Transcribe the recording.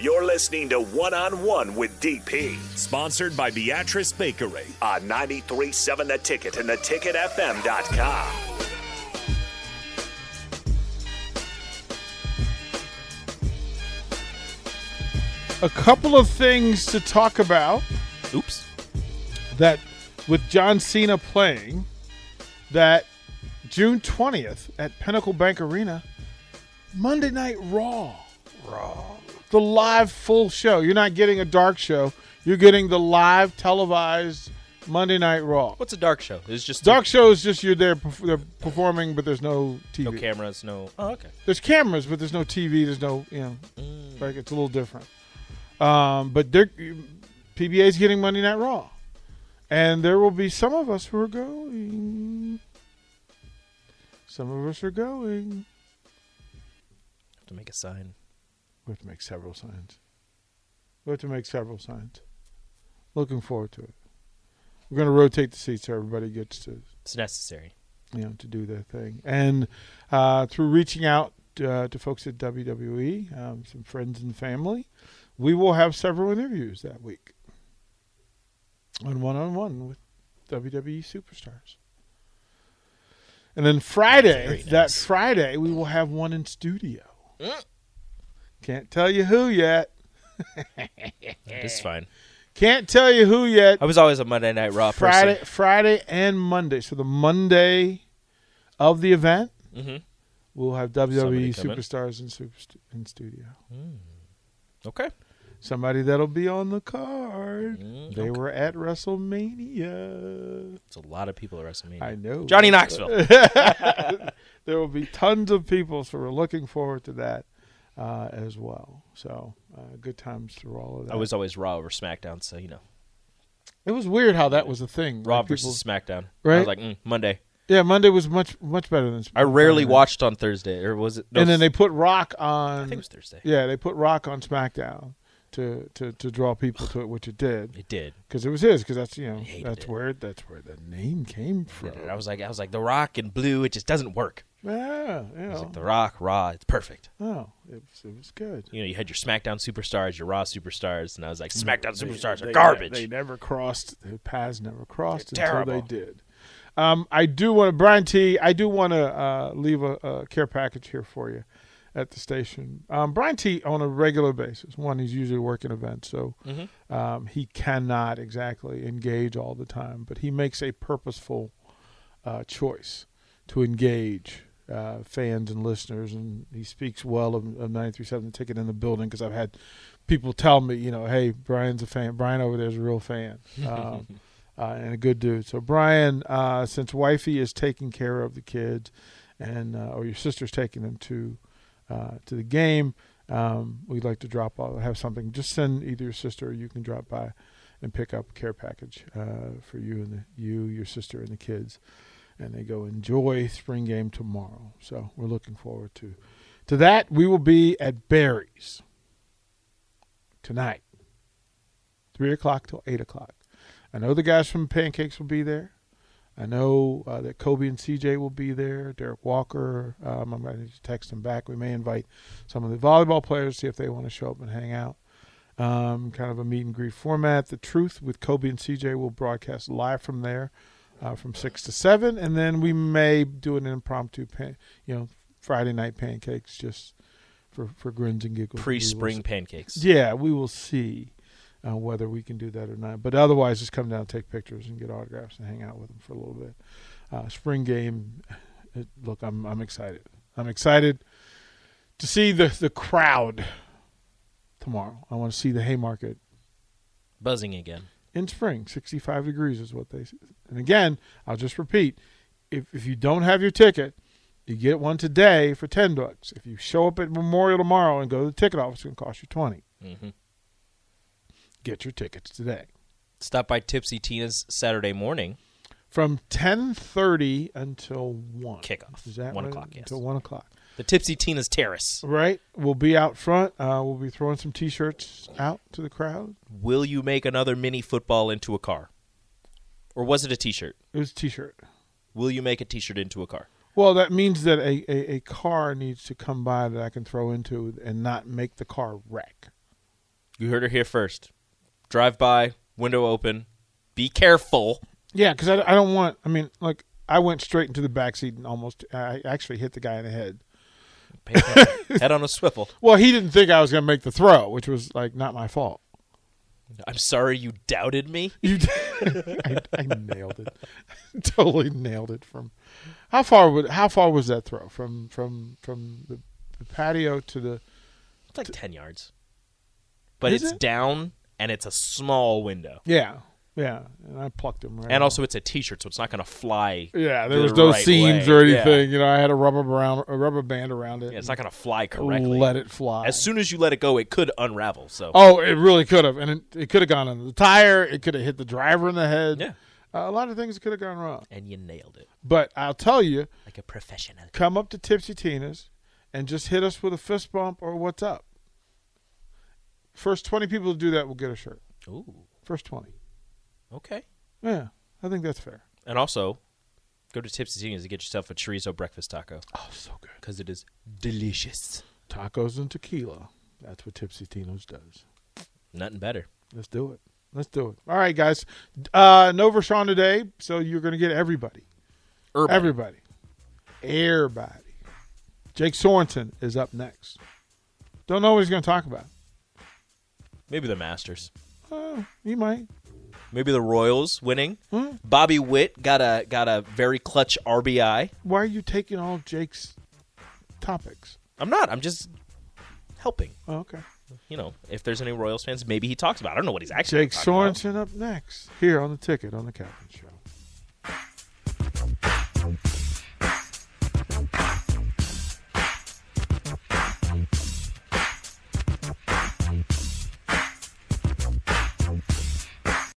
You're listening to One on One with DP Sponsored by Beatrice Bakery. on 937 The Ticket and theticketfm.com. a couple of things to talk about Oops. that with John Cena playing that June 20th at Pinnacle Bank Arena Monday Night Raw Raw the live full show you're not getting a dark show you're getting the live televised Monday Night Raw What's a dark show? It's just dark show is just you're there perf- they're performing but there's no TV no cameras, no. Oh, okay. Mm. there's cameras, but there's no TV. There's no, you know, like it's a little different. Um, but they're PBA's getting Monday Night Raw, and there will be some of us who are going. Some of us are going. Have to make a sign. We have to make several signs. We have to make several signs. Looking forward to it. We're going to rotate the seats so everybody gets to It's necessary. you know, to do their thing. And uh, through reaching out uh, to folks at WWE, um, some friends and family, we will have several interviews that week on one on one with WWE superstars. And then Friday, Very that nice. Mm. Friday, we will have one in studio. Can't tell you who yet. It's fine. Can't tell you who yet. I was always a Monday Night Raw Friday, person. Friday and Monday. So the Monday of the event, Mhm. we'll have WWE Somebody come in. superstars in, super stu- in studio. Okay. Somebody that'll be on the card. Mm-hmm. they were at WrestleMania. It's a lot of people at WrestleMania. I know. Johnny Knoxville. There will be tons of people, so we're looking forward to that uh, as well. So uh, good times through all of that. I was always Raw over SmackDown, so you know, It was weird how that was a thing. Raw Like, people- versus SmackDown. I Right. was like mm, Monday. Yeah, Monday was much much better than. I rarely Friday night. watched on Thursday, or was it? no, Uh-huh. and then they put Rock on. I think it was Thursday. Yeah, they put Rock on SmackDown to to, to draw people to it, which it did It did. because it was his. Because that's you know hated that's it. where that's where the name came from. And I was like, I was like, The Rock and Blue. It just doesn't work. Yeah, I yeah. was like, The Rock, Raw. It's perfect. oh, it was, it was good. You know, you had your SmackDown superstars, your Raw superstars, and I was like, SmackDown superstars They- are garbage. They never crossed. Their paths never crossed They're until they terrible. did. Um, I do want to, Brian T. I do want to uh, leave a, a care package here for you at the station. Um, Brian T. on a regular basis. One, he's usually working events, so Mm-hmm. um, he cannot exactly engage all the time. But he makes a purposeful uh, choice to engage uh, fans and listeners. And he speaks well of, of 93.7 The Ticket in the building because I've had people tell me, you know, hey, Brian's a fan. Brian over there's a real fan um, uh, and a good dude. So, Brian, uh, since wifey is taking care of the kids and uh, or your sister's taking them to uh, to the game, um, we'd like to drop off, have something. Just send either your sister or you can drop by and pick up a care package uh, for you and the, you, your sister, and the kids, and they go enjoy spring game tomorrow. So we're looking forward to to that. We will be at Barry's tonight, three o'clock till eight o'clock. I know the guys from Pancakes will be there. I know uh, that Kobe and CJ will be there. Derek Walker, um, I'm going to text him back. We may invite some of the volleyball players see if they want to show up and hang out um, kind of a meet and greet format. The Truth with Kobe and CJ will broadcast live from there, uh, from six to seven, and then we may do an impromptu, pan, you know, Friday night pancakes just for for grins and giggles. We will Pre-spring s- pancakes. Yeah, we will see uh, whether we can do that or not. But otherwise, just come down, take pictures, and get autographs, and hang out with them for a little bit. Uh, spring game. It, look, I'm I'm excited. I'm excited to see the the crowd tomorrow. I want to see the Haymarket Buzzing again. in spring. 65 degrees is what they. And again, I'll just repeat: if if you don't have your ticket, you get one today for ten bucks. If you show up at Memorial tomorrow and go to the ticket office, it's going to cost you twenty. Mhm. Get your tickets today Stop by Tipsy Tina's Saturday morning. from 10:30 until one Kickoff. Is that One when- o'clock, yes. Until one o'clock. The Tipsy Tina's Terrace. Right. We'll be out front. Uh, we'll be throwing some t-shirts out to the crowd. Will you make another mini football into a car? Or was it a t shirt? It was a t-shirt. Will you make a t shirt into a car? Well, that means that a, a, a car needs to come by that I can throw into and not make the car wreck. You heard her here first. Drive by, window open. Be careful. Yeah, because I, I don't want. I mean, like I went straight into the backseat and almost I actually hit the guy in the head. Head on a swivel. Well, he didn't think I was going to make the throw, which was like not my fault. I'm sorry you doubted me. You, I, I nailed it. totally nailed it. From how far would how far was that throw from from from the, the patio to the It's like 10 yards. But Is it's it? down and it's a small window. yeah yeah? And I plucked him right. And on. also it's a t-shirt so it's not going to fly. yeah, there the was no right seams way. or Yeah. anything. You know, I had a rubber around a rubber band around it. Yeah, it's and not going to fly correctly. Let it fly. As soon as you let it go, it could unravel. So Oh, it really could have, and it, it could have gone under the tire. It could have hit the driver in the head. Yeah. uh, a lot of things could have gone wrong. and you nailed it But I'll tell you, like a professional. come up to Tipsy Tina's and just hit us with a fist bump or what's up. First twenty people to do that will get a shirt. Ooh, First twenty. okay. Yeah, I think that's fair. And also, go to Tipsy Tina's to get yourself a chorizo breakfast taco Oh, so good. because it is delicious. Tacos and tequila. That's what Tipsy Tino's does. Nothing better. Let's do it. Let's do it. All right, guys. Uh, no Vershawn today, so you're going to get everybody. Urban. Everybody. Everybody. Jake Sorensen is up next. Don't know what he's going to talk about. Maybe the Masters. Uh, he might. Maybe the Royals winning. Hmm. Bobby Witt got a got a very clutch RBI. Why are you taking all Jake's topics? I'm not. I'm just helping. Oh, okay. You know, if there's any Royals fans, maybe he talks about. it. I don't know what he's actually Jake talking about. Sorensen up next here on the ticket on the Captain Show.